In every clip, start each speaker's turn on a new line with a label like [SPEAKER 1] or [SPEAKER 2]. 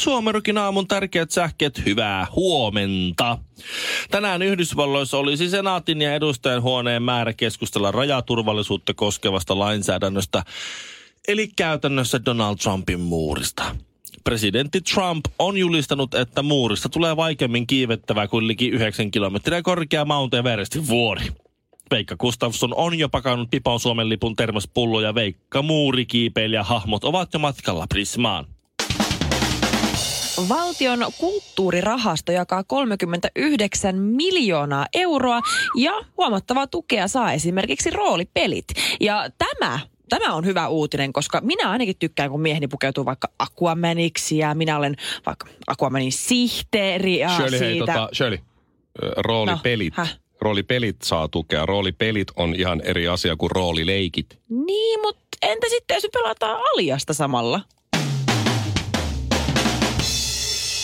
[SPEAKER 1] Suomerokin aamun tärkeät sähkeet, hyvää huomenta. Tänään Yhdysvalloissa olisi senaatin ja edustajan huoneen määrä keskustella rajaturvallisuutta koskevasta lainsäädännöstä, eli käytännössä Donald Trumpin muurista. Presidentti Trump on julistanut, että muurista tulee vaikeammin kiivettävää kuin liki 9 kilometriä korkea Mount Everestin vuori. Veikka Gustafsson on jo pakannut pipan Suomen lipun termospullo ja Veikka muurikiipeilijä hahmot ovat jo matkalla Prismaan.
[SPEAKER 2] Valtion kulttuurirahasto jakaa 39 miljoonaa euroa ja huomattavaa tukea saa esimerkiksi roolipelit. Ja tämä Tämä on hyvä uutinen, koska minä ainakin tykkään, kun mieheni pukeutuu vaikka Aquamaniksi ja minä olen vaikka Aquamanin sihteeri ja
[SPEAKER 3] Shirley,
[SPEAKER 2] siitä.
[SPEAKER 3] hei, tota, Shirley, ö, roolipelit.
[SPEAKER 2] No,
[SPEAKER 3] No,
[SPEAKER 2] häh?
[SPEAKER 3] roolipelit saa tukea. Roolipelit on ihan eri asia kuin roolileikit.
[SPEAKER 2] Niin, mutta entä sitten, jos me pelataan aliasta samalla?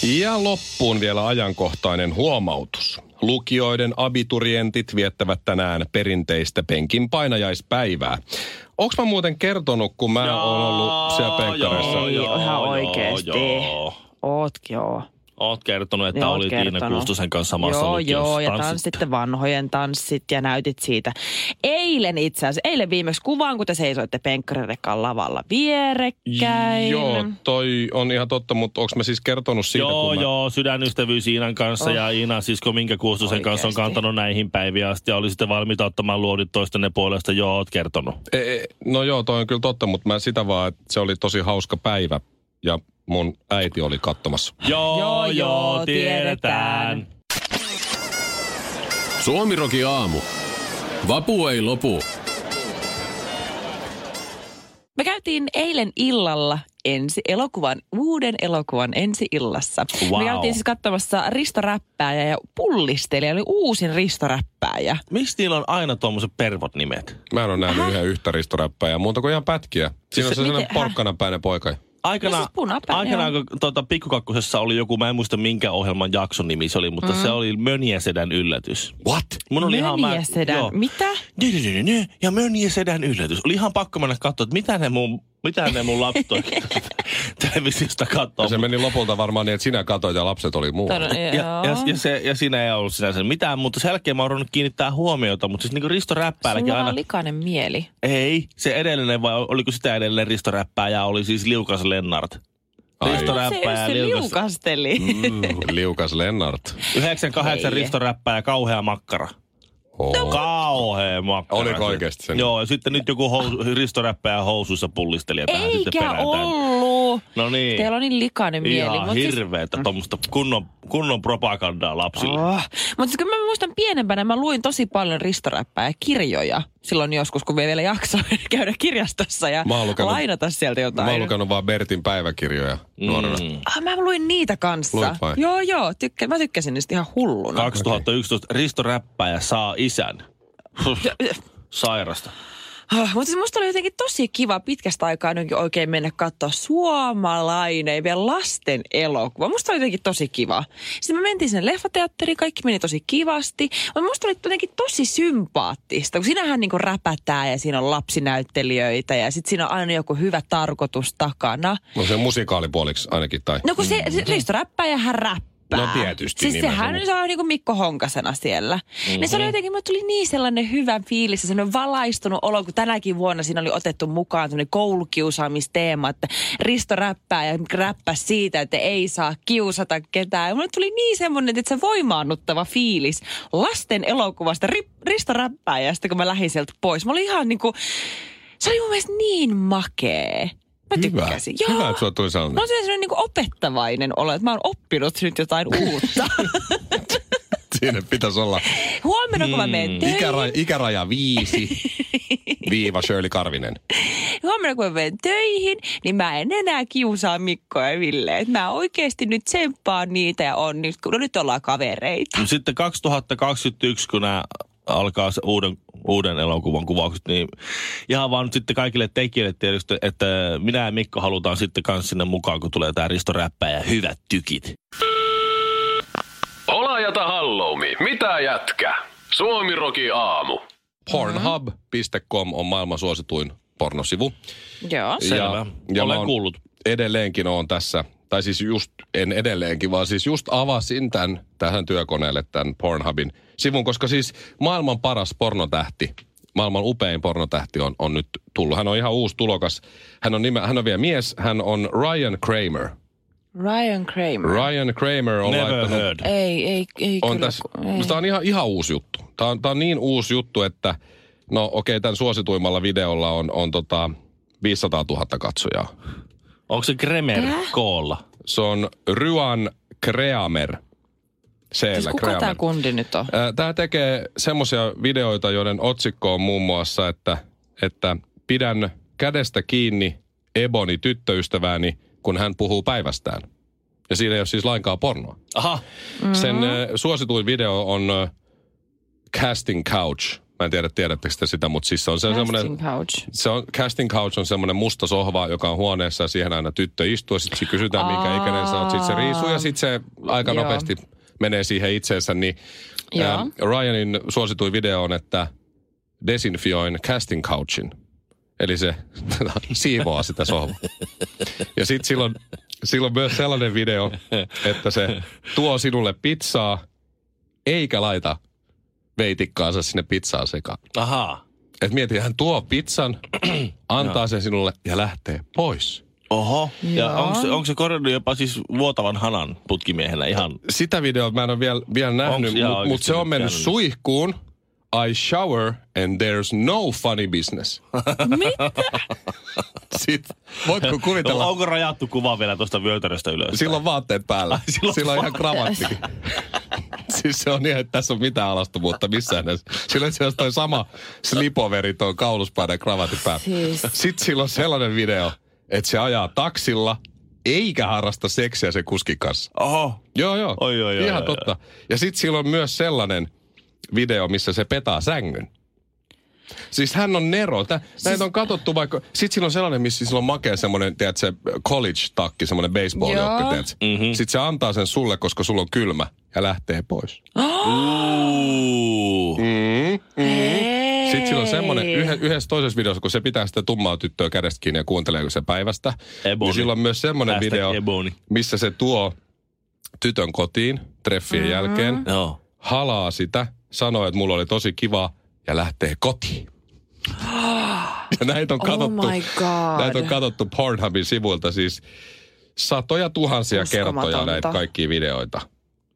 [SPEAKER 3] Ja loppuun vielä ajankohtainen huomautus. Lukioiden abiturientit viettävät tänään perinteistä penkin painajaispäivää. Onks mä muuten kertonut, kun mä
[SPEAKER 1] Jaa,
[SPEAKER 3] oon ollut siellä penkkarissa?
[SPEAKER 1] Joo,
[SPEAKER 2] Ei,
[SPEAKER 1] joo,
[SPEAKER 2] ihan
[SPEAKER 1] joo,
[SPEAKER 2] oikeasti.
[SPEAKER 1] joo.
[SPEAKER 2] Oot, joo.
[SPEAKER 1] Oot kertonut, että
[SPEAKER 2] Joo, oot
[SPEAKER 1] oli Tiina
[SPEAKER 2] kertonut.
[SPEAKER 1] Kuustosen kanssa samassa
[SPEAKER 2] Joo,
[SPEAKER 1] lukiossa.
[SPEAKER 2] joo, ja
[SPEAKER 1] Tanssit-
[SPEAKER 2] tanssitte vanhojen tanssit ja näytit siitä. Eilen itse asiassa, eilen viimeksi kuvaan, kun te seisoitte penkkarerekan lavalla vierekkäin.
[SPEAKER 3] Joo, toi on ihan totta, mutta onko mä siis kertonut siitä,
[SPEAKER 1] joo,
[SPEAKER 3] kun mä...
[SPEAKER 1] joo, sydänystävyys Iinan kanssa oh. ja Iina sisko Minkä Kuustosen kanssa on
[SPEAKER 2] Oikeesti.
[SPEAKER 1] kantanut näihin päiviin asti ja oli sitten valmiita ottamaan luodit toistenne puolesta. Joo, oot kertonut.
[SPEAKER 3] E, e, no joo, toi on kyllä totta, mutta mä sitä vaan, että se oli tosi hauska päivä ja mun äiti oli katsomassa.
[SPEAKER 1] Joo,
[SPEAKER 2] Joo,
[SPEAKER 1] joo,
[SPEAKER 2] joo,
[SPEAKER 1] joo
[SPEAKER 2] tiedetään.
[SPEAKER 1] tiedetään.
[SPEAKER 4] Suomiroki aamu. Vapu ei lopu.
[SPEAKER 2] Me käytiin eilen illalla ensi elokuvan, uuden elokuvan ensi illassa. Me
[SPEAKER 1] Wow.
[SPEAKER 2] käytiin siis katsomassa Risto Räppääjä ja Pullistelija oli uusin Risto Räppääjä.
[SPEAKER 1] Miksi niillä on aina tuommoiset pervot nimet?
[SPEAKER 3] Mä en ole nähnyt yhden yhtä ristoräppäjää, muuta kuin ihan pätkiä. Siinä on se
[SPEAKER 2] Miten-
[SPEAKER 3] sellainen
[SPEAKER 2] häh?
[SPEAKER 3] porkkanapäinen poika.
[SPEAKER 1] Aikana,
[SPEAKER 2] No siis punapäin,
[SPEAKER 1] aikanaan kun tuota, pikkukakkosessa oli joku, mä en muista minkä ohjelman jakson nimi se oli, mutta
[SPEAKER 2] Mm-hmm.
[SPEAKER 1] mm. se oli Mönjäsedän yllätys.
[SPEAKER 3] What?
[SPEAKER 1] Mun oli ihan mä-
[SPEAKER 2] Mönjäsedän.
[SPEAKER 1] joo.
[SPEAKER 2] Mitä?
[SPEAKER 1] Nö, nö, nö, nö, nö. Ja Mönjäsedän yllätys. Oli ihan pakko mennä katsoa, että mitä ne mun, mitä ne mun lapset televisiosta katsoo.
[SPEAKER 3] Ja se meni lopulta varmaan niin, että sinä katoit ja lapset oli muu.
[SPEAKER 2] Todella-
[SPEAKER 1] Ja,
[SPEAKER 2] joo.
[SPEAKER 1] ja, ja, se, ja siinä ei ollut sinänsä mitään, mutta sen jälkeen mä oon ruvennut kiinnittää huomiota. Mutta siis niin kuin Risto Räppäälläkin
[SPEAKER 2] Sulla
[SPEAKER 1] aina...
[SPEAKER 2] on likainen mieli.
[SPEAKER 1] Ei, se edellinen vai oliko sitä edellinen Risto Räppääjä oli siis Liukas Lennart.
[SPEAKER 3] Ai. Mm,
[SPEAKER 1] Risto Räppääjä,
[SPEAKER 2] se, se
[SPEAKER 1] Liukas. Mm,
[SPEAKER 2] liukasteli.
[SPEAKER 3] Liukas Lennart.
[SPEAKER 1] 98
[SPEAKER 2] Ei.
[SPEAKER 1] Risto Räppääjä, kauhea makkara.
[SPEAKER 3] Oh.
[SPEAKER 1] Kauhea makkara.
[SPEAKER 3] Oliko
[SPEAKER 1] Se-
[SPEAKER 3] oikeasti sen?
[SPEAKER 1] Joo, ja sitten nyt joku hous, Risto Räppääjä housussa pullisteli ja tähän sitten
[SPEAKER 2] Eikä
[SPEAKER 1] perätään.
[SPEAKER 2] ollut.
[SPEAKER 1] No niin.
[SPEAKER 2] Teillä on niin likainen mieli.
[SPEAKER 1] Ihan
[SPEAKER 2] mut siis-
[SPEAKER 1] hirveetä, tuommoista kunnon, kunnon propagandaa lapsille.
[SPEAKER 2] Oh. Mutta siis kun mä muistan pienempänä, mä luin tosi paljon ristoräppää ja kirjoja silloin joskus, kun vielä jaksoin käydä kirjastossa ja
[SPEAKER 3] Mä oon lukenut-
[SPEAKER 2] lainata sieltä jotain.
[SPEAKER 3] Mä oon lukenut vaan Bertin päiväkirjoja nuorena. Mm.
[SPEAKER 2] Ah, mä luin niitä kanssa.
[SPEAKER 3] Luit vai?
[SPEAKER 2] Joo, joo. Tykkä, mä tykkäsin niistä ihan hulluna.
[SPEAKER 1] 2011 Risto Räppäjä saa isän. Huh, Sairasta.
[SPEAKER 2] Ah, mutta siis musta oli jotenkin tosi kiva pitkästä aikaa nytkin oikein mennä katsoa suomalainen vielä lasten elokuva. Musta oli jotenkin tosi kiva. Sitten me mentiin sinne leffateatteriin, kaikki meni tosi kivasti. Mutta musta oli jotenkin tosi sympaattista, kun sinähän niinku räpätää ja siinä on lapsinäyttelijöitä ja sitten siinä on aina joku hyvä tarkoitus takana.
[SPEAKER 3] No se musikaalipuoliksi ainakin, tai...
[SPEAKER 2] No kun se, se Risto räppää ja hän räppää.
[SPEAKER 3] Mm. No tietysti, Mhm.
[SPEAKER 2] Siis
[SPEAKER 3] niin
[SPEAKER 2] sehän
[SPEAKER 3] mä
[SPEAKER 2] se on niinku Mikko Honkasena siellä. Mm-hmm. Niin se oli jotenkin, mulle tuli niin sellainen hyvä fiilis ja sellainen valaistunut olo, kun tänäkin vuonna siinä oli otettu mukaan sellainen koulukiusaamisteema, että Risto räppää ja räppää siitä, että ei saa kiusata ketään. Ja mulle tuli niin semmoinen, että se voimaannuttava fiilis lasten elokuvasta ri, Risto räppää ja sitten kun mä lähdin sieltä pois. Mä olin ihan niinku, se oli mun mielestä niin makee. Mä
[SPEAKER 3] Hyvä.
[SPEAKER 2] tykkäsin. No.
[SPEAKER 3] Hyvä, että sulla tuli sellainen.
[SPEAKER 2] Mä oon sellainen niin opettavainen olo, että mä oon oppinut nyt jotain uutta.
[SPEAKER 3] Siinä pitäisi olla
[SPEAKER 2] Huomenna kun mä menen töihin,
[SPEAKER 3] Niin. ikäraja, ikäraja viisi viiva Shirley Karvinen.
[SPEAKER 2] huomenna kun mä menen töihin, niin mä en enää kiusaa Mikkoa ja Ville. Et mä oikeasti nyt tsemppaan niitä ja on nyt, no nyt ollaan kavereita.
[SPEAKER 1] Sitten 2021, kun nämä alkaa se uuden, uuden elokuvan kuvaukset, niin ihan vaan nyt sitten kaikille tekijöille tiedoksi, että minä ja Mikko halutaan sitten kans sinne mukaan, kun tulee tämä Risto Räppä ja hyvät tykit.
[SPEAKER 5] Olajata halloumi. Mitä jätkä? Suomiroki aamu.
[SPEAKER 3] Pornhub.com on maailman suosituin pornosivu.
[SPEAKER 2] Joo.
[SPEAKER 1] Selvä. Olen
[SPEAKER 3] mä oon-
[SPEAKER 1] kuullut.
[SPEAKER 3] Edelleenkin on tässä, tai siis just, en edelleenkin, vaan siis just avasin tämän tähän työkoneelle tämän Pornhubin sivun, koska siis maailman paras pornotähti, maailman upein pornotähti on, on nyt tullut. Hän on ihan uusi tulokas. Hän on, nime, hän on vielä mies, hän on Ryan Kramer.
[SPEAKER 2] Ryan Kramer.
[SPEAKER 3] Ryan Kramer on
[SPEAKER 1] Never
[SPEAKER 3] laittanut
[SPEAKER 1] heard.
[SPEAKER 2] Ei, ei, ei
[SPEAKER 3] on
[SPEAKER 2] kyllä.
[SPEAKER 3] tässä,
[SPEAKER 2] kun- ei.
[SPEAKER 3] tämä on ihan, ihan uusi juttu. Tämä on, tää on niin uusi juttu, että no okei, tämän suosituimmalla videolla on, on tota 500 000 katsojaa.
[SPEAKER 1] Onko se Kremer koolla?
[SPEAKER 3] Se on Ryan Kreamer.
[SPEAKER 2] Siis
[SPEAKER 3] Seellä
[SPEAKER 2] kuka tämä
[SPEAKER 3] Kreamer.
[SPEAKER 2] kundi nyt on?
[SPEAKER 3] Tämä tekee semmoisia videoita, joiden otsikko on muun muassa, että, että pidän kädestä kiinni Eboni tyttöystävääni, kun hän puhuu päivästään. Ja siinä ei ole siis lainkaan pornoa.
[SPEAKER 1] Aha,
[SPEAKER 2] Mm-hmm.
[SPEAKER 3] Sen ö, suosituin video on ö, Casting Couch. Mä en tiedä, tiedättekö te sitä, mutta siis se on se semmoinen...
[SPEAKER 2] Casting couch.
[SPEAKER 3] Se on, casting couch on semmoinen musta sohva, joka on huoneessa ja siihen aina tyttö istuu. Sitten se kysytään, minkä
[SPEAKER 2] Aa.
[SPEAKER 3] ikäinen sä oot. Sitten se riisuu ja sitten se aika
[SPEAKER 2] Joo.
[SPEAKER 3] nopeasti menee siihen itseensä. Niin,
[SPEAKER 2] Joo.
[SPEAKER 3] ää, Ryanin suosituin video on, että desinfioin casting couchin. Eli se siivoaa sitä sohvaa. Ja sitten silloin, silloin myös sellainen video, että se tuo sinulle pizzaa, eikä laita veitikkaansa sinne pizzaan sekaan.
[SPEAKER 1] aha.
[SPEAKER 3] Et mieti, hän tuo pizzan, antaa sen sinulle ja lähtee pois.
[SPEAKER 1] Oho. Ja onko se, onko se korjannut jopa siis vuotavan hanan putkimiehenä ihan?
[SPEAKER 3] Sitä videota mä en ole vielä, vielä nähnyt,
[SPEAKER 1] jaa,
[SPEAKER 3] mutta mut
[SPEAKER 1] oikeesti
[SPEAKER 3] se
[SPEAKER 1] nyt
[SPEAKER 3] on mennyt
[SPEAKER 1] käynyt?
[SPEAKER 3] suihkuun. I shower and there's no funny business. Mitä? Sitten, voitko
[SPEAKER 1] No,
[SPEAKER 3] kuvitella?
[SPEAKER 1] onko rajattu kuva vielä tuosta vyötäröstä ylös?
[SPEAKER 3] Silloin vaatteet päällä.
[SPEAKER 1] silloin
[SPEAKER 3] Silloin ihan kravattikin. siis se on niin, että tässä on mitään alastomuutta missään näissä. Silloin se on toi sama slipoveri, toi kauluspaita ja kravatti päällä.
[SPEAKER 2] Siis.
[SPEAKER 3] Sitten sillä on sellainen video, että se ajaa taksilla eikä harrasta seksiä sen kuskin kanssa.
[SPEAKER 1] Oho.
[SPEAKER 3] Joo, joo.
[SPEAKER 1] Oi, oi, oi,
[SPEAKER 3] Ihan
[SPEAKER 1] oi,
[SPEAKER 3] totta. Ja sitten sillä on myös sellainen video, missä se petaa sängyn. Siis hän on Nero. Tä,
[SPEAKER 1] Siis-
[SPEAKER 3] Näitä on katsottu vaikka... Sitten sillä on sellainen, missä sillä on makea semmoinen, tiedät se college-takki, semmoinen baseball-jokki,
[SPEAKER 2] Joo.
[SPEAKER 3] tiedät
[SPEAKER 1] Mhm.
[SPEAKER 3] mm-hmm. Sitten se antaa sen sulle, koska sulla on kylmä, ja lähtee pois.
[SPEAKER 1] Uu.
[SPEAKER 2] Hei.
[SPEAKER 3] Sitten sillä on semmoinen, yhe, yhdessä toisessa videossa, kun se pitää sitä tummaa tyttöä kädestä kiinni ja kuunteleeko se päivästä.
[SPEAKER 1] Eboni.
[SPEAKER 3] Niin sillä on myös semmoinen
[SPEAKER 1] Hashtag
[SPEAKER 3] video,
[SPEAKER 1] Eboni.
[SPEAKER 3] missä se tuo tytön kotiin treffien
[SPEAKER 1] Mhm.
[SPEAKER 3] mm-hmm. jälkeen.
[SPEAKER 1] Joo.
[SPEAKER 3] halaa sitä, sanoo, että mulla oli tosi kiva ja lähtee kotiin. Ja näitä on katsottu,
[SPEAKER 2] Oh my God.
[SPEAKER 3] näitä on katsottu Pornhubin sivuilta siis satoja tuhansia kertoja
[SPEAKER 2] Uskomatonta.
[SPEAKER 3] näitä kaikkia videoita.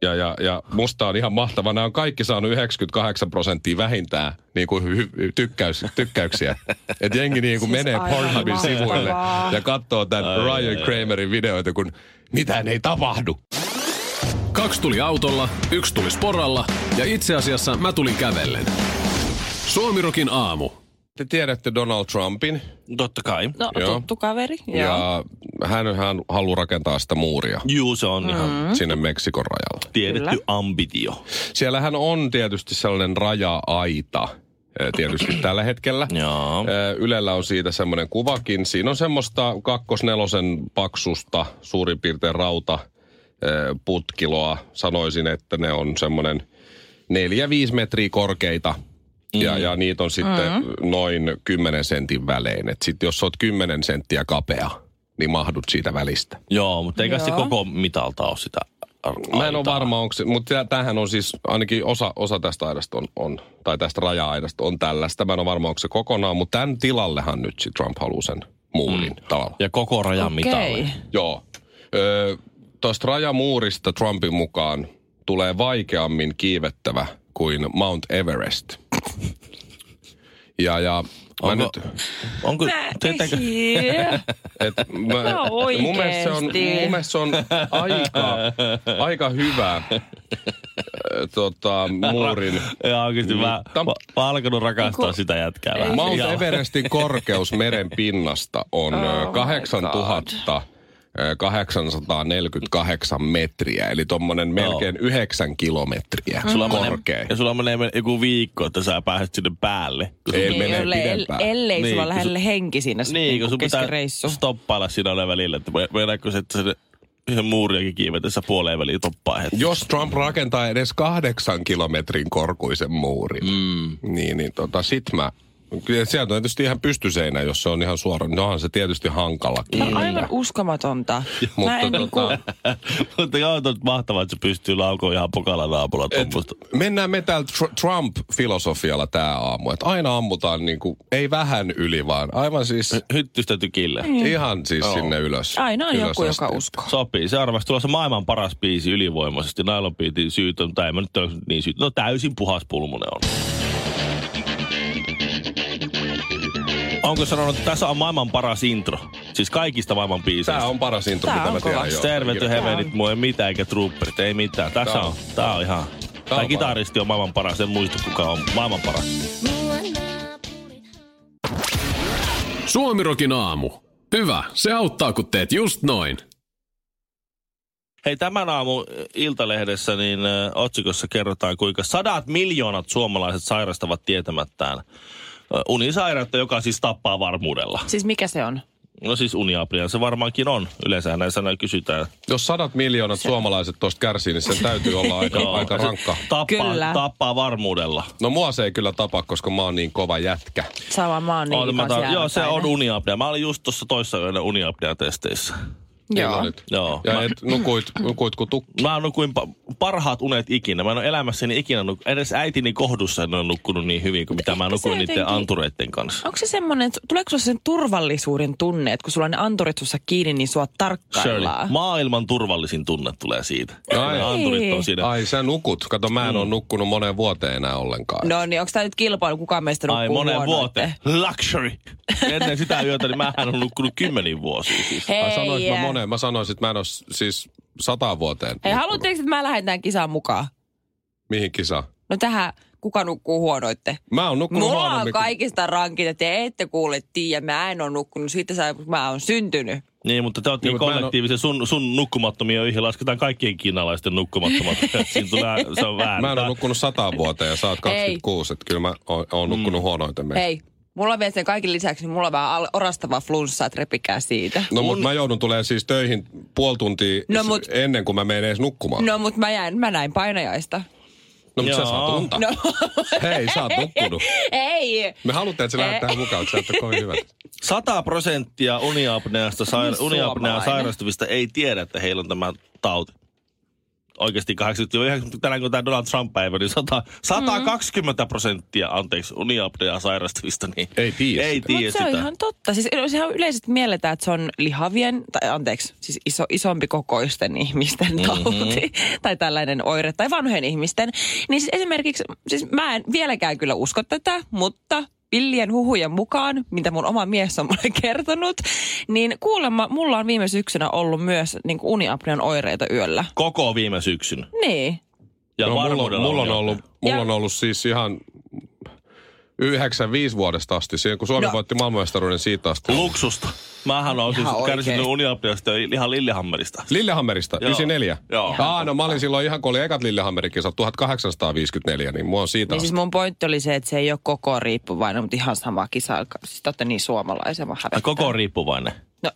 [SPEAKER 3] Ja, ja, ja musta on ihan mahtava. Nämä on kaikki saanut 98 prosenttia vähintään niin kuin hy- tykkäys, tykkäyksiä. Et jengi niin kuin
[SPEAKER 2] Siis
[SPEAKER 3] menee
[SPEAKER 2] aivan
[SPEAKER 3] Pornhubin sivuille
[SPEAKER 2] mahtavaa.
[SPEAKER 3] ja katsoo tämän Ryan Kramerin videoita, kun mitään ei tapahdu.
[SPEAKER 4] Kaksi tuli autolla, yksi tuli sporalla ja itse asiassa mä tulin kävellen. Suomirokin aamu.
[SPEAKER 3] Te tiedätte Donald Trumpin.
[SPEAKER 1] Totta kai.
[SPEAKER 2] No,
[SPEAKER 3] Joo.
[SPEAKER 2] tuttu kaveri. Joo.
[SPEAKER 3] Ja hän, hän haluaa rakentaa sitä muuria
[SPEAKER 1] Juu, se on ihan
[SPEAKER 3] mm. sinne Meksikon rajalle.
[SPEAKER 1] tiedetty
[SPEAKER 2] Kyllä.
[SPEAKER 1] ambitio.
[SPEAKER 3] Siellähän on tietysti sellainen raja-aita eh, tietysti tällä hetkellä.
[SPEAKER 1] Joo.
[SPEAKER 3] Eh, Ylellä on siitä semmoinen kuvakin. Siinä on semmoista kakkosnelosen paksusta suurin piirtein rauta eh, putkiloa. Sanoisin, että ne on semmoinen neljä 5 metriä korkeita. Ja, ja niitä on sitten noin 10 sentin välein. Et sit jos oot 10 senttiä kapea, niin mahdut siitä välistä.
[SPEAKER 1] Joo, mutta eikä se
[SPEAKER 2] Joo.
[SPEAKER 1] koko mitalta ole sitä ar-
[SPEAKER 3] Mä en ole
[SPEAKER 1] aitaa.
[SPEAKER 3] varma, onko se, mutta tämähän on siis, ainakin osa, osa tästä aidasta on, on, tai tästä raja-aidasta on tällaista. Mä en ole varma, onko se kokonaan, mutta tämän tilallehan nyt sit Trump haluaa sen muurin mm. tavalla.
[SPEAKER 1] Ja koko rajan okay.
[SPEAKER 2] Okei.
[SPEAKER 1] mitalle.
[SPEAKER 3] Joo. Öö, Tuosta rajamuurista Trumpin mukaan tulee vaikeammin kiivettävä kuin Mount Everest. Ja, ja Mä
[SPEAKER 1] Onko,
[SPEAKER 3] nyt-
[SPEAKER 1] onko, teettekö,
[SPEAKER 2] Yeah.
[SPEAKER 3] Et mä,
[SPEAKER 2] No oikeesti.
[SPEAKER 3] mun, mielestä se on, mun mielestä se on aika, aika hyvä ö, tota, muurin.
[SPEAKER 1] ja oikeasti mä,
[SPEAKER 3] Tam-
[SPEAKER 1] mä, mä alkanut rakastaa sitä jätkää vähän.
[SPEAKER 3] Mount
[SPEAKER 1] Joo.
[SPEAKER 3] Everestin korkeus meren pinnasta on siis- oh 8848 metriä, eli tuommoinen melkein 9 kilometriä
[SPEAKER 2] Mm.
[SPEAKER 1] Sulla menee,
[SPEAKER 3] korkea.
[SPEAKER 1] ja sulla menee joku viikko, että sä pääset sinne päälle. Kun sun
[SPEAKER 3] Ei
[SPEAKER 1] pitää-
[SPEAKER 3] mene
[SPEAKER 2] Jolle, el,
[SPEAKER 3] pidempään.
[SPEAKER 2] ellei
[SPEAKER 1] Niin,
[SPEAKER 2] niin,
[SPEAKER 1] kun
[SPEAKER 2] sulla
[SPEAKER 1] su-
[SPEAKER 2] lähellä henki siinä niinku
[SPEAKER 1] Niin, kun sun pitää
[SPEAKER 2] reissu.
[SPEAKER 1] stoppailla siinä aina välillä, että me- meinaatko se, että se, se muuriakin kiivetessä puoleen väliin toppaa heti.
[SPEAKER 3] Jos Trump rakentaa edes kahdeksan kilometrin korkuisen muurin, mm. niin, niin tota, sit mä... kyllä Sieltä on tietysti ihan pystyseinä, jos se on ihan suora. No onhan se tietysti hankala.
[SPEAKER 2] Tämä on
[SPEAKER 3] kyllä.
[SPEAKER 2] aivan uskomatonta.
[SPEAKER 3] Mutta
[SPEAKER 2] Mä en niinku,
[SPEAKER 3] tota,
[SPEAKER 1] Mutta joo, on mahtavaa, että se pystyy laukoon ihan pokalla naapulla tuommoista.
[SPEAKER 3] Mennään me täällä tr- Trump-filosofialla tää aamu. Että aina ammutaan niinku, ei vähän yli, vaan aivan siis
[SPEAKER 1] Hyttystä tykillä.
[SPEAKER 3] ihan siis sinne ylös.
[SPEAKER 2] aina on
[SPEAKER 3] ylös
[SPEAKER 2] joku, joka
[SPEAKER 3] asti.
[SPEAKER 2] uskoo.
[SPEAKER 1] Sopii. Seuraavaksi tulossa maailman paras biisi ylivoimaisesti. Nylon Beatin syytön, tai en mä nyt ole niin syytön. No täysin puhas pulmunen on. Onko sanonut, että tässä on maailman paras intro? Siis kaikista maailman biiseistä.
[SPEAKER 3] Tää on paras intro,
[SPEAKER 2] Tää
[SPEAKER 3] mitä
[SPEAKER 2] on
[SPEAKER 3] mä tiedän.
[SPEAKER 2] kova.
[SPEAKER 3] joo.
[SPEAKER 1] Tervet ja hevenit, mua ei mitään eikä trooperit, ei mitään. Tässä
[SPEAKER 3] Tää
[SPEAKER 1] on,
[SPEAKER 3] on-
[SPEAKER 1] tää on ihan... Tämä
[SPEAKER 3] paras.
[SPEAKER 1] kitaristi on maailman paras, en muista kuka on maailman paras.
[SPEAKER 4] Suomirokin aamu. Hyvä, se auttaa kun teet just noin.
[SPEAKER 1] Hei, tämän aamu Iltalehdessä niin ö, otsikossa kerrotaan, kuinka sadat miljoonat suomalaiset sairastavat tietämättään ö, unisairautta, joka siis tappaa varmuudella.
[SPEAKER 2] siis mikä se on?
[SPEAKER 1] No siis uniapnia se varmaankin on. Yleensä näissä näin kysytään.
[SPEAKER 3] Jos sadat miljoonat suomalaiset tosta kärsii, niin sen täytyy olla aika,
[SPEAKER 1] Joo.
[SPEAKER 3] aika rankka.
[SPEAKER 1] Tappaa,
[SPEAKER 2] Kyllä.
[SPEAKER 1] tappaa varmuudella.
[SPEAKER 3] No mua se ei kyllä tapa, koska mä oon niin kova jätkä.
[SPEAKER 2] Sama mä oon niin
[SPEAKER 1] Oota, mä
[SPEAKER 2] kanssa
[SPEAKER 1] tar- joo, se on
[SPEAKER 2] jääräpäinen.
[SPEAKER 1] uniapnea. Mä olin just tuossa toissa yönä uniapnea-testeissä.
[SPEAKER 3] Niin
[SPEAKER 2] Joo.
[SPEAKER 3] olit.
[SPEAKER 1] Joo.
[SPEAKER 3] Ja
[SPEAKER 1] Mä-
[SPEAKER 3] et nukuit, nukuit kun tukki.
[SPEAKER 1] Mä nukuin pa- parhaat unet ikinä. Mä en ole elämässäni ikinä nuk- Edes äitini kohdussa en ole nukkunut niin hyvin kuin mitä mä
[SPEAKER 2] ehkä se
[SPEAKER 1] nukuin niiden
[SPEAKER 2] jotenkin-
[SPEAKER 1] antureiden kanssa.
[SPEAKER 2] Onko se semmoinen, että tuleeko sulla sen turvallisuuden tunne, että kun sulla on ne anturit sussa kiinni, niin sua tarkkaillaan?
[SPEAKER 1] maailman turvallisin tunne tulee siitä.
[SPEAKER 3] Ai.
[SPEAKER 1] Ne Anturit on
[SPEAKER 2] Ei.
[SPEAKER 1] siinä.
[SPEAKER 3] Ai sä nukut. Kato, mä en mm. ole nukkunut moneen vuoteen enää ollenkaan.
[SPEAKER 2] No niin, onko tämä nyt kilpailu, kuka meistä nukkuu
[SPEAKER 1] Ai moneen
[SPEAKER 2] huonoiten?
[SPEAKER 1] vuoteen. Luxury. Ennen sitä yötä, niin mä olen nukkunut kymmeniin vuosiin. Siis.
[SPEAKER 3] Ai, sanois
[SPEAKER 2] Hei,
[SPEAKER 3] mä moneen. Mä sanoisin, että mä en ole siis sataan vuoteen.
[SPEAKER 2] hei
[SPEAKER 3] nukkunut.
[SPEAKER 2] haluatteko, että mä lähden tämän kisaan mukaan?
[SPEAKER 3] Mihin kisaan?
[SPEAKER 2] No tähän, kuka nukkuu huonoitte?
[SPEAKER 3] Mä oon nukkunut
[SPEAKER 2] Mulla on
[SPEAKER 3] huonommin kuin-
[SPEAKER 2] kaikista rankit, että te ette kuule tiiä, mä en ole nukkunut, siitä saa, kun mä oon syntynyt.
[SPEAKER 1] Niin, mutta te olette
[SPEAKER 3] Niin,
[SPEAKER 1] niin,
[SPEAKER 3] mutta mä en oo-
[SPEAKER 1] kollektiivisia. Sun, sun nukkumattomia yhden lasketaan kaikkien kiinalaisten nukkumattomat. Siinä tulee, se on väärin.
[SPEAKER 3] Mä en ole nukkunut sataan vuoteen ja sä oot 26. Että kyllä mä oon, oon nukkunut mm. huonoiten meistä.
[SPEAKER 2] Hei, mulla on vielä sen kaiken lisäksi, niin mulla on vähän al- orastava flunssa, että repikää siitä.
[SPEAKER 3] No mut mä joudun tulemaan siis töihin puoli tuntia
[SPEAKER 2] No,
[SPEAKER 3] s-
[SPEAKER 2] mut-
[SPEAKER 3] ennen kuin mä menen edes nukkumaan.
[SPEAKER 2] No mut mä, jäin, mä näin painajaista.
[SPEAKER 3] no mut sä
[SPEAKER 1] Joo.
[SPEAKER 3] saat unta.
[SPEAKER 2] No.
[SPEAKER 3] Hei, sä oot nukkunut.
[SPEAKER 2] Ei.
[SPEAKER 3] Me halutaan, että sä lähdet
[SPEAKER 2] Ei.
[SPEAKER 3] tähän mukaan, että sä et ole kovin hyvä.
[SPEAKER 1] 100 prosenttia uniapneasta saira-
[SPEAKER 2] Niin
[SPEAKER 1] uniapneaa
[SPEAKER 2] suomalainen.
[SPEAKER 1] sairastuvista ei tiedä, että heillä on tämä tauti. Oikeasti 80-90, tänään kun tämä Donald Trump-päivä, niin 100,
[SPEAKER 3] Mm-hmm.
[SPEAKER 1] 120 prosenttia, anteeksi, uniapneaa sairastuvista, niin
[SPEAKER 3] Ei tiedä
[SPEAKER 1] ei
[SPEAKER 3] sitä.
[SPEAKER 1] tiedä
[SPEAKER 2] Mutta se
[SPEAKER 1] sitä.
[SPEAKER 2] on ihan totta. Siis sehän yleisesti mielletään, että se on lihavien, tai anteeksi, siis iso, isompi kokoisten ihmisten
[SPEAKER 1] Niin.
[SPEAKER 2] tauti, tai tällainen oire, tai vanhojen ihmisten. Niin siis esimerkiksi, siis mä en vieläkään kyllä usko tätä, mutta villien huhujen mukaan, mitä mun oma mies on mulle kertonut, niin kuulemma mulla on viime syksynä ollut myös niin kuin uniapnean oireita yöllä.
[SPEAKER 1] Koko viime syksyn.
[SPEAKER 2] Niin.
[SPEAKER 1] Ja
[SPEAKER 3] No, mulla, on-
[SPEAKER 1] varmuudella
[SPEAKER 3] mulla, on
[SPEAKER 1] jo.
[SPEAKER 3] ollut, mulla
[SPEAKER 2] Ja-
[SPEAKER 3] on ollut siis ihan 95 vuodesta asti, siihen kun Suomi
[SPEAKER 2] No.
[SPEAKER 3] voitti maailmanmestaruuden siitä asti.
[SPEAKER 1] Luksusta. Mähän olen siis
[SPEAKER 2] Ihan oikein.
[SPEAKER 1] kärsinyt uniapneasta ja ihan Lillehammerista.
[SPEAKER 3] Lillehammerista,
[SPEAKER 1] Joo.
[SPEAKER 3] 94.
[SPEAKER 1] Joo.
[SPEAKER 3] Aa, no mä olin silloin ihan, kun oli ekat Lillehammerikisat, 1854, niin mua on siitä
[SPEAKER 2] Niin siis
[SPEAKER 3] asti.
[SPEAKER 2] mun pointti oli se, että se ei ole koko riippuvainen, mutta ihan sama kisa. Siis totta niin suomalaisen mä
[SPEAKER 1] Ja
[SPEAKER 2] hävettää.
[SPEAKER 1] Koko on riippuvainen.
[SPEAKER 2] No,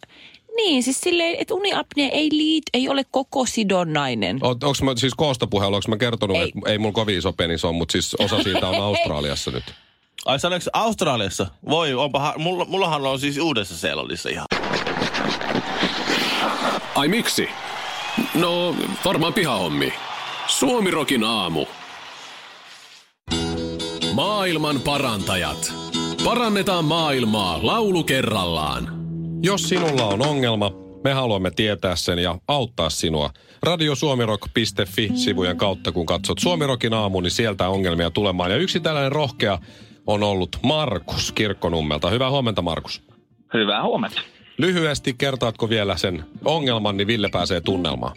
[SPEAKER 2] niin, siis silleen, että uniapnea ei liity, ei ole koko sidonnainen.
[SPEAKER 3] O, onks mä, siis koosta puheella, onko mä kertonut,
[SPEAKER 2] Ei.
[SPEAKER 3] että ei mulla kovin iso penis on, mutta siis osa siitä on Australiassa nyt.
[SPEAKER 1] Ai sanoiko Australiassa? Voi, onpa, ha- mulla, mullahan on siis Uudessa Seelannissa ihan.
[SPEAKER 4] Ai miksi? No, varmaan pihahommi. Suomirokin aamu. Maailman parantajat. Parannetaan maailmaa laulu kerrallaan.
[SPEAKER 3] Jos sinulla on ongelma, me haluamme tietää sen ja auttaa sinua. Radiosuomirok.fi-sivujen kautta, kun katsot Suomirokin aamu, niin sieltä ongelmia tulemaan. Ja yksi tällainen rohkea on ollut Markus Kirkkonummelta. Hyvää huomenta, Markus.
[SPEAKER 6] Hyvää huomenta.
[SPEAKER 3] Lyhyesti kertaatko vielä sen ongelman, niin Ville pääsee tunnelmaan.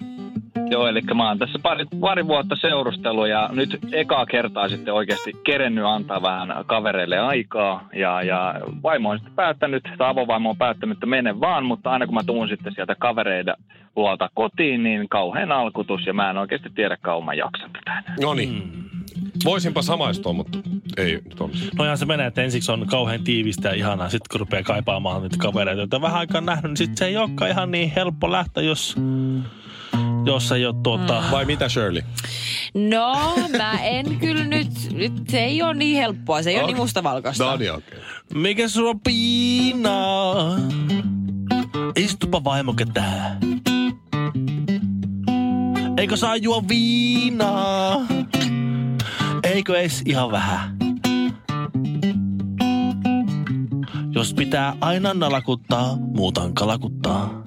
[SPEAKER 6] Joo, eli mä oon tässä pari, pari vuotta seurustellut ja nyt ekaa kertaa sitten oikeasti kerennyt antaa vähän kavereille aikaa. Ja, ja vaimo on sitten päättänyt, tai avovaimo on päättänyt, että mene vaan, mutta aina kun mä tuun sitten sieltä kavereiden luolta kotiin, niin kauhean alkutus ja mä en oikeasti tiedä kauan mä jaksan tätä enää.
[SPEAKER 3] No niin. Voisinpa samaistua, mutta ei nyt onnistu.
[SPEAKER 1] Nojahan se menee, että ensiksi on kauhean tiivistä ja ihanaa. Sitten kun rupeaa kaipaamaan niitä kavereita, joita vähän aikaa on nähnyt, niin sitten se ei olekaan ihan niin helppo lähteä, jos, jos ei ole tuota...
[SPEAKER 2] Mm.
[SPEAKER 3] Vai mitä Shirley?
[SPEAKER 2] No, mä en kyllä nyt, nyt se ei ole niin helppoa, se ei okay. ole niin mustavalkoista.
[SPEAKER 3] No niin, okei. Okay.
[SPEAKER 1] Mikä sua piinaa? Istupa vaimoke tää. Eikö saa juo viinaa? Eikö ees ihan vähän? Jos pitää aina nalakuttaa, muutan kalakuttaa.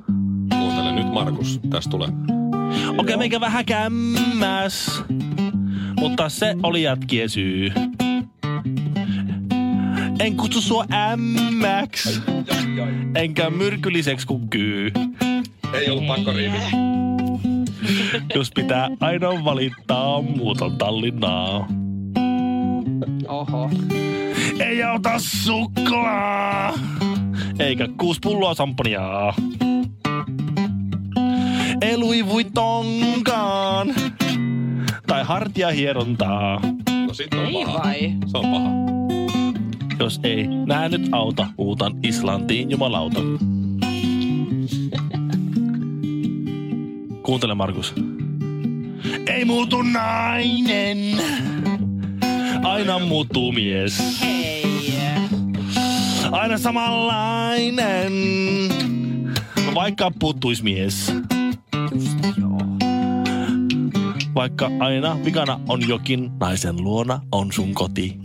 [SPEAKER 3] Kuuntele nyt Markus, tässä tulee.
[SPEAKER 1] Okei, okay, meikä vähän kämmäs. Mutta se oli jätkien syy. En kutsu sua ämmäks, enkä myrkylliseksi kuin kyy.
[SPEAKER 3] Ei ollut pakko riivi.
[SPEAKER 1] Jos pitää aina valittaa, muuton Tallinnaa.
[SPEAKER 2] Oho.
[SPEAKER 1] Ei auta suklaa, eikä kuusi pulloa samponiaa. Ei Louis Vuittonkaan, tai hartia hierontaa.
[SPEAKER 3] No sit on
[SPEAKER 2] Ei
[SPEAKER 3] paha.
[SPEAKER 2] vai?
[SPEAKER 3] Se on paha.
[SPEAKER 1] Jos ei nää nyt auta, uutan Islantiin jumalauta. Kuuntele, Markus. Ei muutu nainen, aina muuttuu mies.
[SPEAKER 2] Ei.
[SPEAKER 1] Aina samanlainen, vaikka puuttuis mies. Vaikka aina vikana on jokin, naisen luona on sun koti.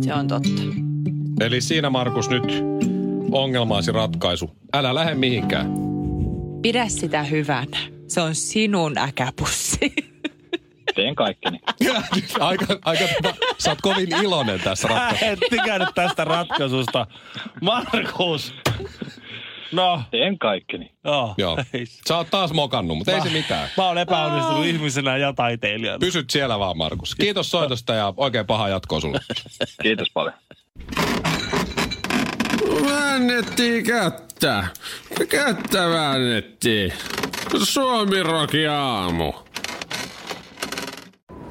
[SPEAKER 2] Se on totta.
[SPEAKER 3] Eli siinä Markus nyt ongelmaasi ratkaisu. Älä lähde mihinkään.
[SPEAKER 2] Pidä sitä hyvänä. Se on sinun äkäpussi.
[SPEAKER 6] Teen kaikkeni.
[SPEAKER 3] aika, aika, tota, sä oot kovin iloinen tässä ratkaisussa.
[SPEAKER 1] Mä en tykännyt tästä ratkaisusta. Markus! No,
[SPEAKER 6] Teen kaikkeni.
[SPEAKER 1] joo.
[SPEAKER 3] Joo. Sä oot taas mokannut, mutta ei se mitään.
[SPEAKER 1] Mä oon epäonnistunut ihmisenä ja taiteilijana.
[SPEAKER 3] Pysyt siellä vaan, Markus. Kiitos soitosta ja oikein pahaa jatkoa sulle.
[SPEAKER 6] Kiitos paljon.
[SPEAKER 4] Väännettiin kättä. Kättä väännettiin. Suomi roki aamu.